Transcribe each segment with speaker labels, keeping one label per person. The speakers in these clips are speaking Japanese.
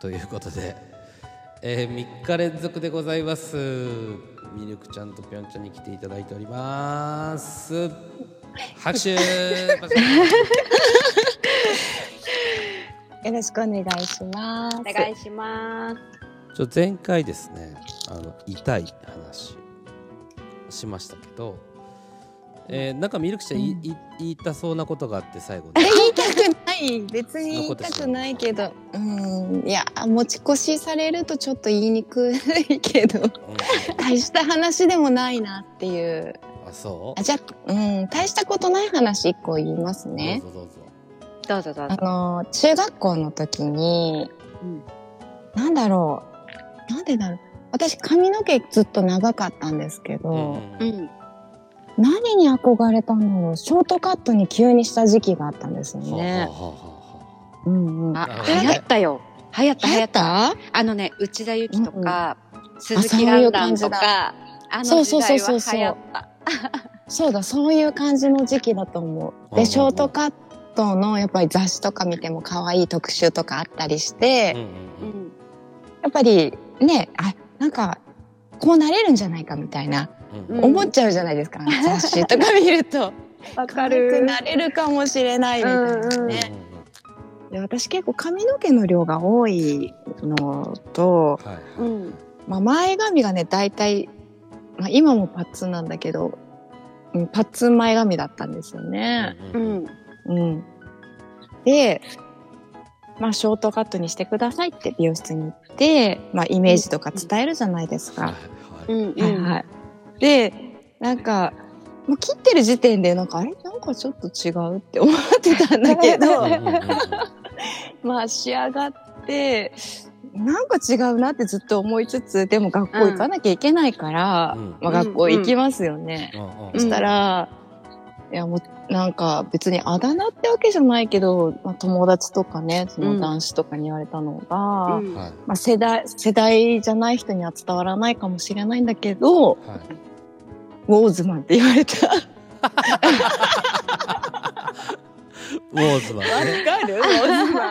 Speaker 1: ということで、えー、3日連続でございますミルクちゃんとぴょんちゃんに来ていただいております拍 手
Speaker 2: よろしくお願いします。
Speaker 3: お願いします。
Speaker 1: ちょ前回ですねあの痛い話しましたけど、えーなんかミルクちゃん、いい言いたそうなことがあって最後 に
Speaker 2: 言いたくない別に言いたくないけどうんいや持ち越しされるとちょっと言いにくいけ ど
Speaker 1: う
Speaker 2: 大した話でもないなっていうん
Speaker 1: あそ
Speaker 2: あじゃあうん大したことない話一個言います
Speaker 1: う
Speaker 2: ね
Speaker 1: どうぞどうぞ
Speaker 3: どうぞどう
Speaker 2: あ
Speaker 3: ぞ。
Speaker 2: の中学校の時に、
Speaker 3: うん
Speaker 2: なんだろうなんでだろう私髪の毛ずっと長かったんですけど、
Speaker 3: う
Speaker 1: うん
Speaker 3: ん。
Speaker 2: 何に憧れたんだろうショートカットに急にした時期があったんですよ
Speaker 1: はあはあ
Speaker 2: ね。
Speaker 1: はあはあ
Speaker 2: うんうん、
Speaker 1: な
Speaker 3: あ
Speaker 1: る、ほどね
Speaker 3: 流行ったよ。流行った流
Speaker 2: 流
Speaker 3: 行
Speaker 2: 行
Speaker 3: っ。
Speaker 2: ったた
Speaker 3: あのね、内田有紀とか、
Speaker 2: あ
Speaker 3: 鈴
Speaker 2: そう
Speaker 3: 木
Speaker 2: い
Speaker 3: 蘭
Speaker 2: う感
Speaker 3: 蘭
Speaker 2: じだ
Speaker 3: とか、あ
Speaker 2: そ
Speaker 3: の
Speaker 2: うそ
Speaker 3: 時
Speaker 2: うそ
Speaker 3: 代
Speaker 2: う
Speaker 3: は
Speaker 2: そう
Speaker 3: 流行った。
Speaker 2: そうだ、そういう感じの時期だと思う。
Speaker 1: うんうんうん
Speaker 2: で、ショートカットのやっぱり雑誌とか見ても可愛い特集とかあったりして、
Speaker 3: う
Speaker 1: うん
Speaker 3: ん。
Speaker 2: やっぱりね、あ、なんか、こうなれるんじゃないかみたいな、
Speaker 1: うんうん
Speaker 3: うん
Speaker 2: 思っちゃうじゃない ですか、雑誌とか見ると。
Speaker 3: わ
Speaker 2: 可愛くなれるかもしれないみたいな
Speaker 3: うんうん
Speaker 2: ね。で私結構髪の毛の量が多いのと、
Speaker 1: はいはい
Speaker 3: うん
Speaker 2: まあ、前髪がね大体、まあ、今もパッツンなんだけど、うん、パッツン前髪だったんですよね。
Speaker 3: う
Speaker 1: うん
Speaker 3: ん。
Speaker 2: うん、で、まあ、ショートカットにしてくださいって美容室に行って、まあ、イメージとか伝えるじゃないです
Speaker 1: はい
Speaker 2: か。
Speaker 3: う
Speaker 1: はい
Speaker 3: ん。
Speaker 2: はいはい、でなんかもう切ってる時点でなんかあれなんかちょっと違うって思ってたんだけど
Speaker 3: うん
Speaker 2: まあ仕上がってなんか違うなってずっと思いつつでも学校行かなきゃいけないから、
Speaker 1: うん
Speaker 2: まあ、学校行きますよね。
Speaker 1: うん
Speaker 3: うん
Speaker 2: そしたら、いやもうなんか別にあだ名ってわけじゃないけど、まあ、友達とかねその男子とかに言われたのが、
Speaker 3: うん
Speaker 1: はい
Speaker 2: まあ、世代世代じゃない人には伝わらないかもしれないんだけど
Speaker 1: はい
Speaker 2: ウォーズマンって言われた。わ
Speaker 1: ウォーズマンね
Speaker 2: かるウォーズマン。
Speaker 3: わ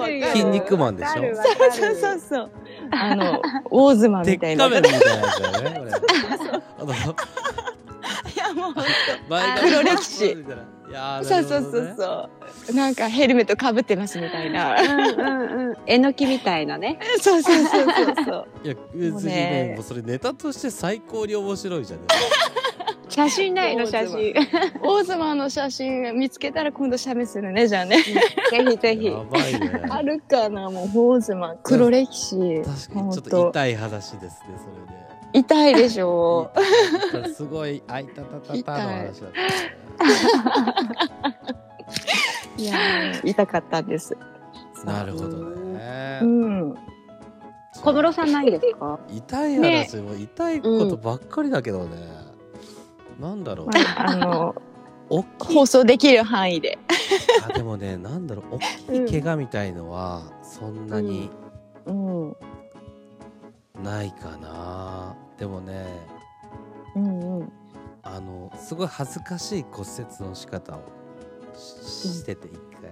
Speaker 3: かるよ。
Speaker 1: 筋肉マンでしょ
Speaker 3: わかるわ
Speaker 2: そう
Speaker 3: か
Speaker 2: そう
Speaker 3: る
Speaker 2: そうそう。あの、ウォーズマン
Speaker 1: 鉄
Speaker 2: みたいな。
Speaker 1: 仮面みたいなやつだよねこれあの
Speaker 2: いやもう
Speaker 1: 前髪
Speaker 2: 黒歴史
Speaker 1: みたいないやーな
Speaker 2: そう
Speaker 1: るほ
Speaker 2: そ
Speaker 1: ど
Speaker 2: う
Speaker 1: ね
Speaker 2: そうそう。なんかヘルメットかぶってますみたいな。
Speaker 3: うんうんうん。えのきみたいなね。
Speaker 2: そうそうそうそうそう。
Speaker 1: いや別
Speaker 2: もう
Speaker 1: にね
Speaker 2: ね
Speaker 1: もうそれネタとして最高に面白いじゃない
Speaker 3: 写真ないの写真。ぜ
Speaker 2: ウォーズマンの写真見つけたら今度写メするねじゃあね。
Speaker 3: ひぜひ。
Speaker 1: やばいね
Speaker 2: あるかなもうウォーズマン黒歴史。
Speaker 1: 確かにちょっと痛い話ですね
Speaker 2: と痛いでしょ。
Speaker 1: それですごいあいたたたたの話だったね
Speaker 2: いや痛かったんです。
Speaker 1: なるほどね
Speaker 2: うん。
Speaker 3: 小室さんないですか
Speaker 1: 痛い話も痛いことばっかりだけどね、なんだろう
Speaker 2: まああの
Speaker 1: おっきい
Speaker 2: 放送できる範囲で。
Speaker 1: あでもねなんだろう大きい怪我みたいのはそんなに
Speaker 2: うん。うん
Speaker 1: ないかな、でもね
Speaker 2: うん。
Speaker 1: あのすごい恥ずかしい骨折の仕方をししてて一回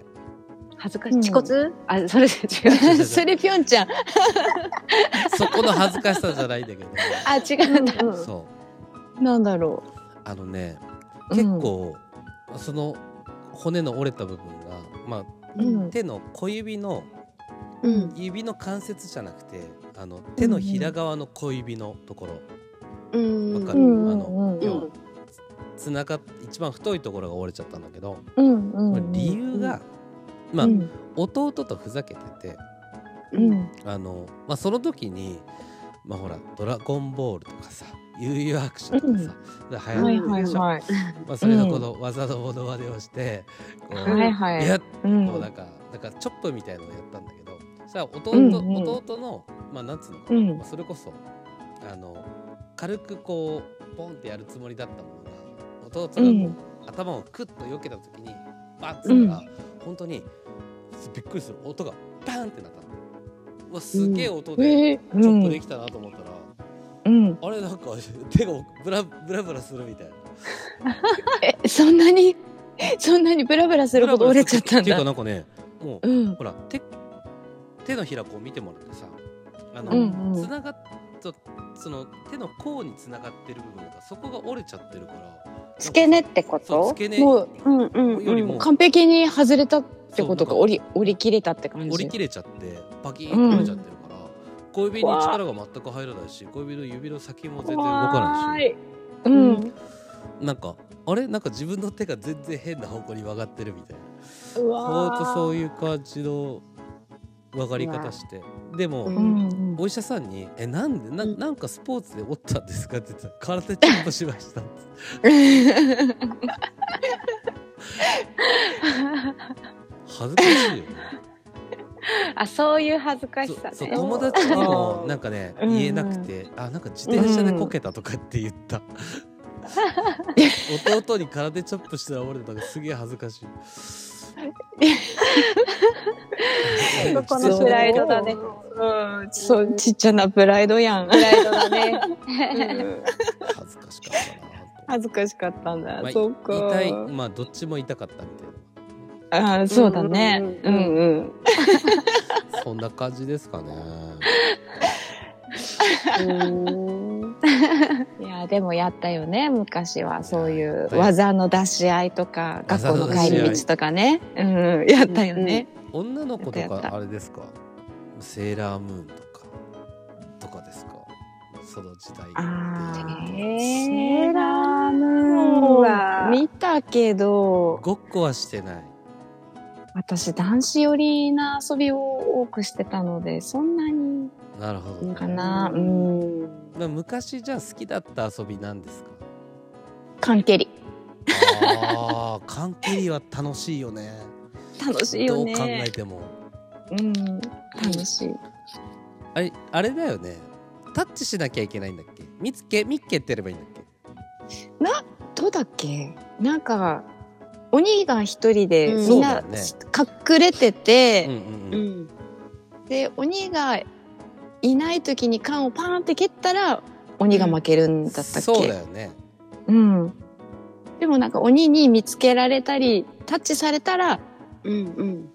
Speaker 3: 恥ずかしい。恥骨あ、それで違う。
Speaker 2: それぴょんちゃん。
Speaker 1: そこの恥ずかしさじゃないんだけど、
Speaker 2: あ違うんだ。
Speaker 1: そ
Speaker 2: なんだろ
Speaker 1: うあのね
Speaker 2: う。
Speaker 1: 結構、その骨の折れた部分が、ま
Speaker 2: う
Speaker 1: あ、
Speaker 2: ん。
Speaker 1: 手の小指の
Speaker 3: うん。
Speaker 1: 指の関節じゃなくてあの手のひら側の小指のところ、
Speaker 3: うん。
Speaker 1: わか
Speaker 2: う
Speaker 1: る
Speaker 2: んう
Speaker 1: あ
Speaker 2: ん
Speaker 1: の
Speaker 2: うん
Speaker 1: 要はつながっ一番太いところが折れちゃったんだけど、
Speaker 2: うんう
Speaker 1: こ
Speaker 2: んう
Speaker 1: れ
Speaker 2: ん
Speaker 1: 理由が、まあ、
Speaker 2: うん
Speaker 1: 弟とふざけてて
Speaker 2: うん
Speaker 1: あの、まあ、その時に、まあ、ほら「ドラゴンボール」とかさ「悠々白書」とかさ、で流行っ
Speaker 2: は
Speaker 1: て
Speaker 2: い
Speaker 1: るでしょ、
Speaker 2: はいはい
Speaker 1: まあ、それのこの技のものまねをして、こう
Speaker 2: はいはい
Speaker 1: やっ
Speaker 2: うん
Speaker 1: もうなんかなんかチョップみたいのをやったんだけどそしたら弟,、
Speaker 2: うんうん
Speaker 1: 弟のまあなんつうのか
Speaker 2: う
Speaker 1: な、
Speaker 2: ん
Speaker 1: まあそれこそあの軽くこうポンってやるつもりだったものが弟がこう
Speaker 2: うん
Speaker 1: 頭をクッと避けた時にバンっつったら、本当にびっくりする音がバンってなったの。うわすげえ音で
Speaker 2: えー
Speaker 1: チョップできたなと思ったら、
Speaker 2: うん
Speaker 1: あれなんか手がブラブラブラするみたいな。
Speaker 2: えそんなにそんなにブラブラするほど折れちゃったん
Speaker 1: っていうか
Speaker 2: だ
Speaker 1: なんかねもう
Speaker 2: うん
Speaker 1: ほら手手のひらこう見てもらってさあの、
Speaker 2: うんうん
Speaker 1: つながっとその手の甲につながってる部分がそこが折れちゃってるから
Speaker 3: 付け根ってこと
Speaker 1: そう付け根
Speaker 2: もう
Speaker 3: うんうん
Speaker 1: より
Speaker 3: う
Speaker 1: も
Speaker 3: ん。
Speaker 2: 完璧に外れたってことか
Speaker 1: そう
Speaker 2: 折り折り切れたって感じ
Speaker 1: 折り切れちゃってパキーンと折れちゃってるから、小指に力が全く入らないし小指の指の先も全然動かないし
Speaker 3: い。
Speaker 2: うん、
Speaker 1: なんかあれなんか自分の手が全然変な方向に曲がってるみたいな
Speaker 2: う
Speaker 1: ほんとそう
Speaker 2: いう、
Speaker 1: いう感じの曲がり方してでも、
Speaker 3: うん
Speaker 2: うんうん、
Speaker 1: お医者さんに「えなんでな
Speaker 3: うん
Speaker 1: なんかスポーツで折ったんですか?」って言ったら「空手ちゃんとしま した」って恥ずかしいよね
Speaker 3: あ、そういう恥ずかし
Speaker 1: そう
Speaker 3: さね。
Speaker 1: そう友達にもなん
Speaker 3: か。
Speaker 1: かね
Speaker 2: うん
Speaker 1: 言えなくて「あなんか自転車でこけた」とかって言った、弟に空手チョップしたら折れたからすげえ恥ずかしい
Speaker 3: そ このプライドだね。
Speaker 2: うん、そうちっちゃなプライドやん、
Speaker 3: プライドだね。
Speaker 1: 恥ずかしかったな本
Speaker 2: 恥ずかしかったんだ、
Speaker 1: 当まあ
Speaker 2: そうか
Speaker 1: 痛いまあどっちも痛かったみたい
Speaker 2: あーそうだね
Speaker 3: う
Speaker 2: うんん
Speaker 3: う
Speaker 2: うんん、
Speaker 1: なそんな感じですかね
Speaker 2: いやでもやったよね昔はそうい
Speaker 1: やっ
Speaker 2: う
Speaker 1: たよ
Speaker 2: 技の出し合いとか学
Speaker 1: 技
Speaker 2: 校
Speaker 1: の
Speaker 2: の
Speaker 1: 出し合い
Speaker 2: 帰り道とかね、うん、やったよね、
Speaker 1: 女の子と
Speaker 2: やったやっ
Speaker 1: か
Speaker 2: た
Speaker 1: あれですかセーラームーンとかとかですかその時代って
Speaker 2: あー
Speaker 3: セーラームーンは
Speaker 2: 見たけど
Speaker 1: ごっこはしてない
Speaker 2: 私男子寄りな遊びを多くしてたのでそんなに
Speaker 1: なるほど、ね、
Speaker 2: かなうん
Speaker 1: な昔じゃあ好きだった遊びなんです か
Speaker 2: 関係り
Speaker 1: ああ缶蹴りは楽しいよね
Speaker 2: 楽しいよ
Speaker 1: どう考え
Speaker 2: ね
Speaker 1: ても
Speaker 2: うん楽しい
Speaker 1: あれあれだよねタッチしなきゃいけないんだっけ見つけ見っけってやればいいんだっけ
Speaker 2: どうだっけなんか鬼が一人で
Speaker 3: うん
Speaker 2: みん
Speaker 1: そ
Speaker 2: な
Speaker 1: うだよね
Speaker 2: 隠れてて、
Speaker 1: うんうんうん
Speaker 2: で鬼がいない時に缶をパーンって蹴ったら鬼が負けるんだったっけ、
Speaker 1: そうだよね
Speaker 2: うんでもなんか鬼に見つけられたりタッチされたら
Speaker 3: うんうん。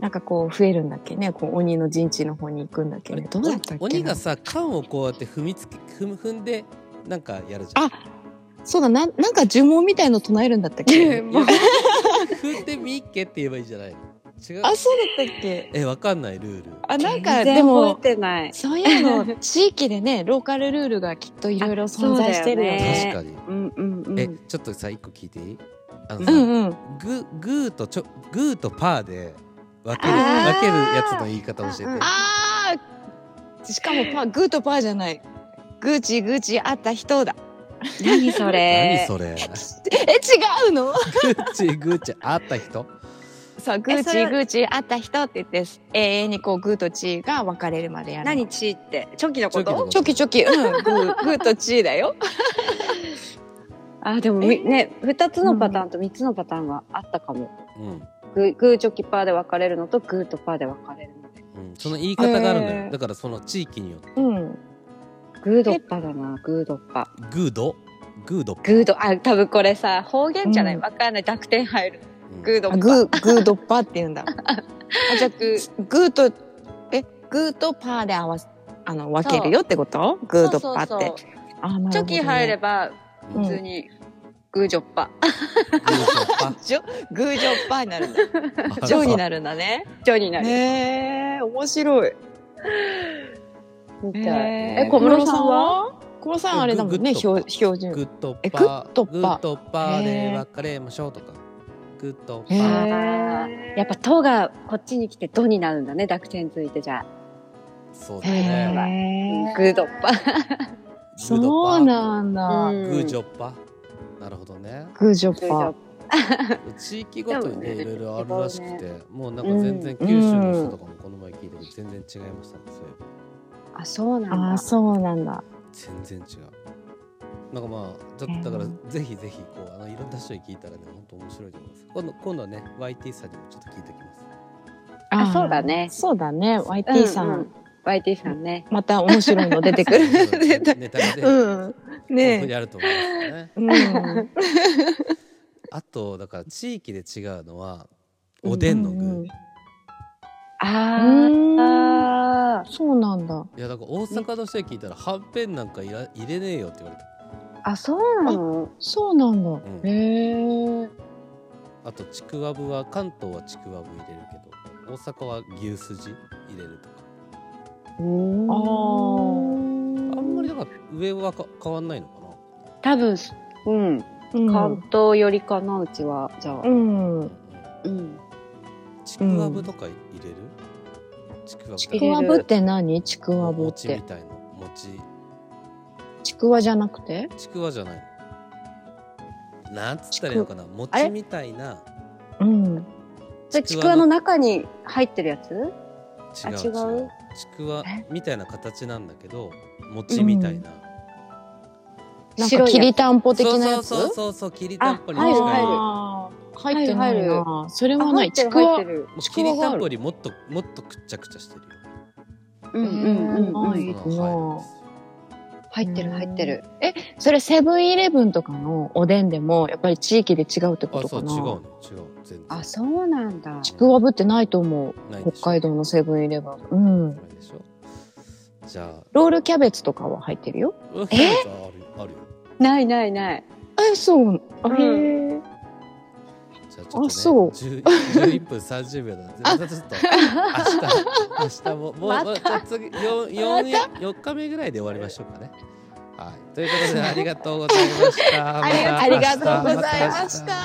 Speaker 2: なんかこう増えるんだっけねこう鬼の陣地の方に行くんだっけねどうだったっけな
Speaker 1: お鬼がさ缶をこうやって踏みつけ踏む踏んでなんかやるじゃん
Speaker 2: あそうだななんか呪文みたいの唱えるんだったっけ
Speaker 3: もう
Speaker 1: 踏んでみっけって言えばいいじゃないの違う
Speaker 2: あそうだったっけ
Speaker 1: えわかんないルール
Speaker 2: あなんか
Speaker 3: 全然
Speaker 2: で
Speaker 3: 覚
Speaker 2: も
Speaker 3: えてない。
Speaker 2: そういう の地域でねローカルルールがきっといろいろ存在してるよ
Speaker 3: あそうだよ
Speaker 2: ね
Speaker 3: ね
Speaker 1: 確かに
Speaker 3: うんうんうん。
Speaker 1: えちょっとさ一個聞いていいあの
Speaker 2: う
Speaker 1: さ
Speaker 2: んうん
Speaker 1: ググーとちょグーとパーで分ける
Speaker 2: あー
Speaker 1: 分けるやつの言い方教えて
Speaker 3: うんうん
Speaker 2: あーしかもパーグーとパーじゃないグーチグーチあった人だ
Speaker 3: 何それ。
Speaker 1: 何それ
Speaker 2: え違うの
Speaker 1: グーチグーチあった人
Speaker 2: そうグー
Speaker 3: それ
Speaker 2: チグーチあった人って言って永遠にこうグーとチーが分かれるまでやるの
Speaker 3: 何チーって。チョキのこ
Speaker 1: チョキのこと
Speaker 3: と
Speaker 2: チョキチョキうんグーグーとチーだよ
Speaker 3: あ、でもみ
Speaker 2: え
Speaker 3: ね、二つのパターンと三つのパターンがあったかも。
Speaker 1: うん、う
Speaker 3: グーグーチョキパーで分かれるのとグーとパーで分かれるので。
Speaker 1: ん、その言い方があるんだよ、
Speaker 2: へー
Speaker 1: だからその地域によって
Speaker 2: うん
Speaker 3: グードッパだな、グードッパ。
Speaker 1: グードグード、
Speaker 3: グード、あ、多分これさ、方言じゃない
Speaker 2: うん
Speaker 3: わかんない。濁点入る。
Speaker 1: うん
Speaker 3: グード
Speaker 2: あ
Speaker 3: ッパ。
Speaker 2: グーグードッパーって言うんだあじゃあグーグーとえグーとパーで合わせあの分けるよってことグードッパーって
Speaker 3: そうそうそう
Speaker 2: あなるほどね
Speaker 3: チョキ入れば、
Speaker 1: うん
Speaker 3: 普通に、グージョッパ。
Speaker 1: グードパ
Speaker 2: ジョグージョッパーにな るんだ
Speaker 1: ー
Speaker 2: ジョーになるんだね
Speaker 3: ジョになる。
Speaker 2: ねえ面白い
Speaker 3: みたい
Speaker 2: え
Speaker 3: え、小室さんは
Speaker 2: は小室さんあれだもんね
Speaker 1: グッド
Speaker 2: 標標準
Speaker 1: グッド
Speaker 2: え
Speaker 1: パー
Speaker 2: グッドパー
Speaker 1: グッドパーで
Speaker 2: へー
Speaker 1: 別れましょうとかグッドパ
Speaker 2: へ
Speaker 1: ー
Speaker 2: ー
Speaker 3: やっぱ、とがこっちに来て、ドになるんだね、濁点ついて、じゃあ。
Speaker 1: そうだ
Speaker 2: へ
Speaker 1: ね
Speaker 2: え
Speaker 3: グードッパ。
Speaker 2: そうなんだ
Speaker 1: グ
Speaker 3: うん
Speaker 1: ージョッパなるほど ね
Speaker 2: グージョ
Speaker 3: グージ
Speaker 2: ッ
Speaker 3: ョ
Speaker 2: パー
Speaker 3: ッパ
Speaker 1: 地域ごとにね
Speaker 3: で
Speaker 1: いろ
Speaker 3: も
Speaker 1: い
Speaker 3: ね
Speaker 1: ろあるらしくてもうなんか全然九州の人とかもこの前聞いて全然違いましたねそういえば
Speaker 3: あ、そうなん
Speaker 2: ああ
Speaker 3: だ。
Speaker 2: そうなんだ
Speaker 1: 全然違うなんかまあちょっとだからぜひぜひこうあのいろんな人に聞いたらね本当面白いと思います今度今度はね YT さんにもちょっと聞いておきます
Speaker 3: あ
Speaker 2: ー
Speaker 3: そうだね
Speaker 2: そうだね
Speaker 3: うん
Speaker 2: YT さ
Speaker 3: うんん YT さんね。
Speaker 2: また面白いの出てくる 出た
Speaker 1: ネタがね
Speaker 2: うんね
Speaker 1: やると思いますね
Speaker 2: えうん
Speaker 1: あとだから地域で違うのはおでんの具、
Speaker 2: うんうんうん
Speaker 3: あ
Speaker 2: う
Speaker 3: から
Speaker 2: そうなんだ。
Speaker 1: いやだから大阪の人に聞いたら、はんぺんなんかいら入れねえよって言われた
Speaker 3: あそうなの
Speaker 2: そうなんだ。
Speaker 1: ん
Speaker 2: へえ。
Speaker 1: あとちくわぶは関東はちくわぶ入れるけど大阪は牛すじ入れるとか
Speaker 2: ああ。
Speaker 1: あんまりだから上はか変わんないのかな
Speaker 3: 多分うん
Speaker 2: うん
Speaker 3: 関東よりかなうちはじゃあ
Speaker 2: うん。
Speaker 3: うん
Speaker 1: ちくわぶとか入れる、ちくわぶ
Speaker 2: ち
Speaker 3: 入
Speaker 2: く
Speaker 3: れる
Speaker 2: わぶって何ちくわぶっ
Speaker 1: 餅み
Speaker 2: て。
Speaker 1: たいな餅
Speaker 2: ちくわじゃなくて
Speaker 1: ちくわじゃないのなんつったらいいのかな
Speaker 3: あ
Speaker 1: 餅
Speaker 3: れ
Speaker 1: みたいな
Speaker 2: うん。
Speaker 3: それちくわの中に入ってるやつ
Speaker 1: 違う違
Speaker 3: あ違
Speaker 1: う
Speaker 3: う
Speaker 1: ちくわ
Speaker 3: え
Speaker 1: みたいな形なんだけど餅みたいな、
Speaker 2: なんか
Speaker 3: 白いやつ
Speaker 2: きりたんぽ的なやつ
Speaker 1: そうそうそうそうきりたんぽに
Speaker 3: あ入る
Speaker 1: 近い
Speaker 3: 入る
Speaker 2: あー入ってない
Speaker 3: 入る
Speaker 2: な。それ
Speaker 3: あ
Speaker 2: はな
Speaker 3: 入
Speaker 2: い。
Speaker 3: って
Speaker 2: ち
Speaker 3: る
Speaker 2: く
Speaker 3: 入っ
Speaker 2: わ
Speaker 3: て。る
Speaker 1: もう
Speaker 2: ち
Speaker 1: き
Speaker 2: くわが
Speaker 1: り
Speaker 2: ある
Speaker 1: たんぽよりもっともっとくっちゃくちゃしてるよ
Speaker 3: うんうんうんう
Speaker 2: え
Speaker 3: ん
Speaker 2: ー
Speaker 1: その入るんですよ
Speaker 2: 入
Speaker 3: ってる入ってる。
Speaker 2: え、それセブンイレブンとかのおでんでもやっぱり地域で違うってこ
Speaker 1: あ
Speaker 2: と
Speaker 1: そう
Speaker 2: か
Speaker 1: 違う
Speaker 2: な。
Speaker 1: の違う全然
Speaker 3: あそうなんだ
Speaker 2: ちくわぶってないと思う。
Speaker 1: ないでしょ
Speaker 2: 北海道のセブンイレブン。うん。
Speaker 1: ないでしょじゃあ
Speaker 2: ロールキャベツとかは入ってるよ。
Speaker 1: ロケット はあるよあるよ
Speaker 3: ないないない
Speaker 2: え、そう。あれ、
Speaker 1: じゃあちょっとね
Speaker 2: あそう
Speaker 1: 10 11分30秒だまたちょっと明日明日ももう、
Speaker 3: また
Speaker 1: もうちょっと次四四四日目ぐらいで終わりましょうかねはいということであ りがとうございました
Speaker 2: ありがとうございま
Speaker 1: た明日
Speaker 2: した。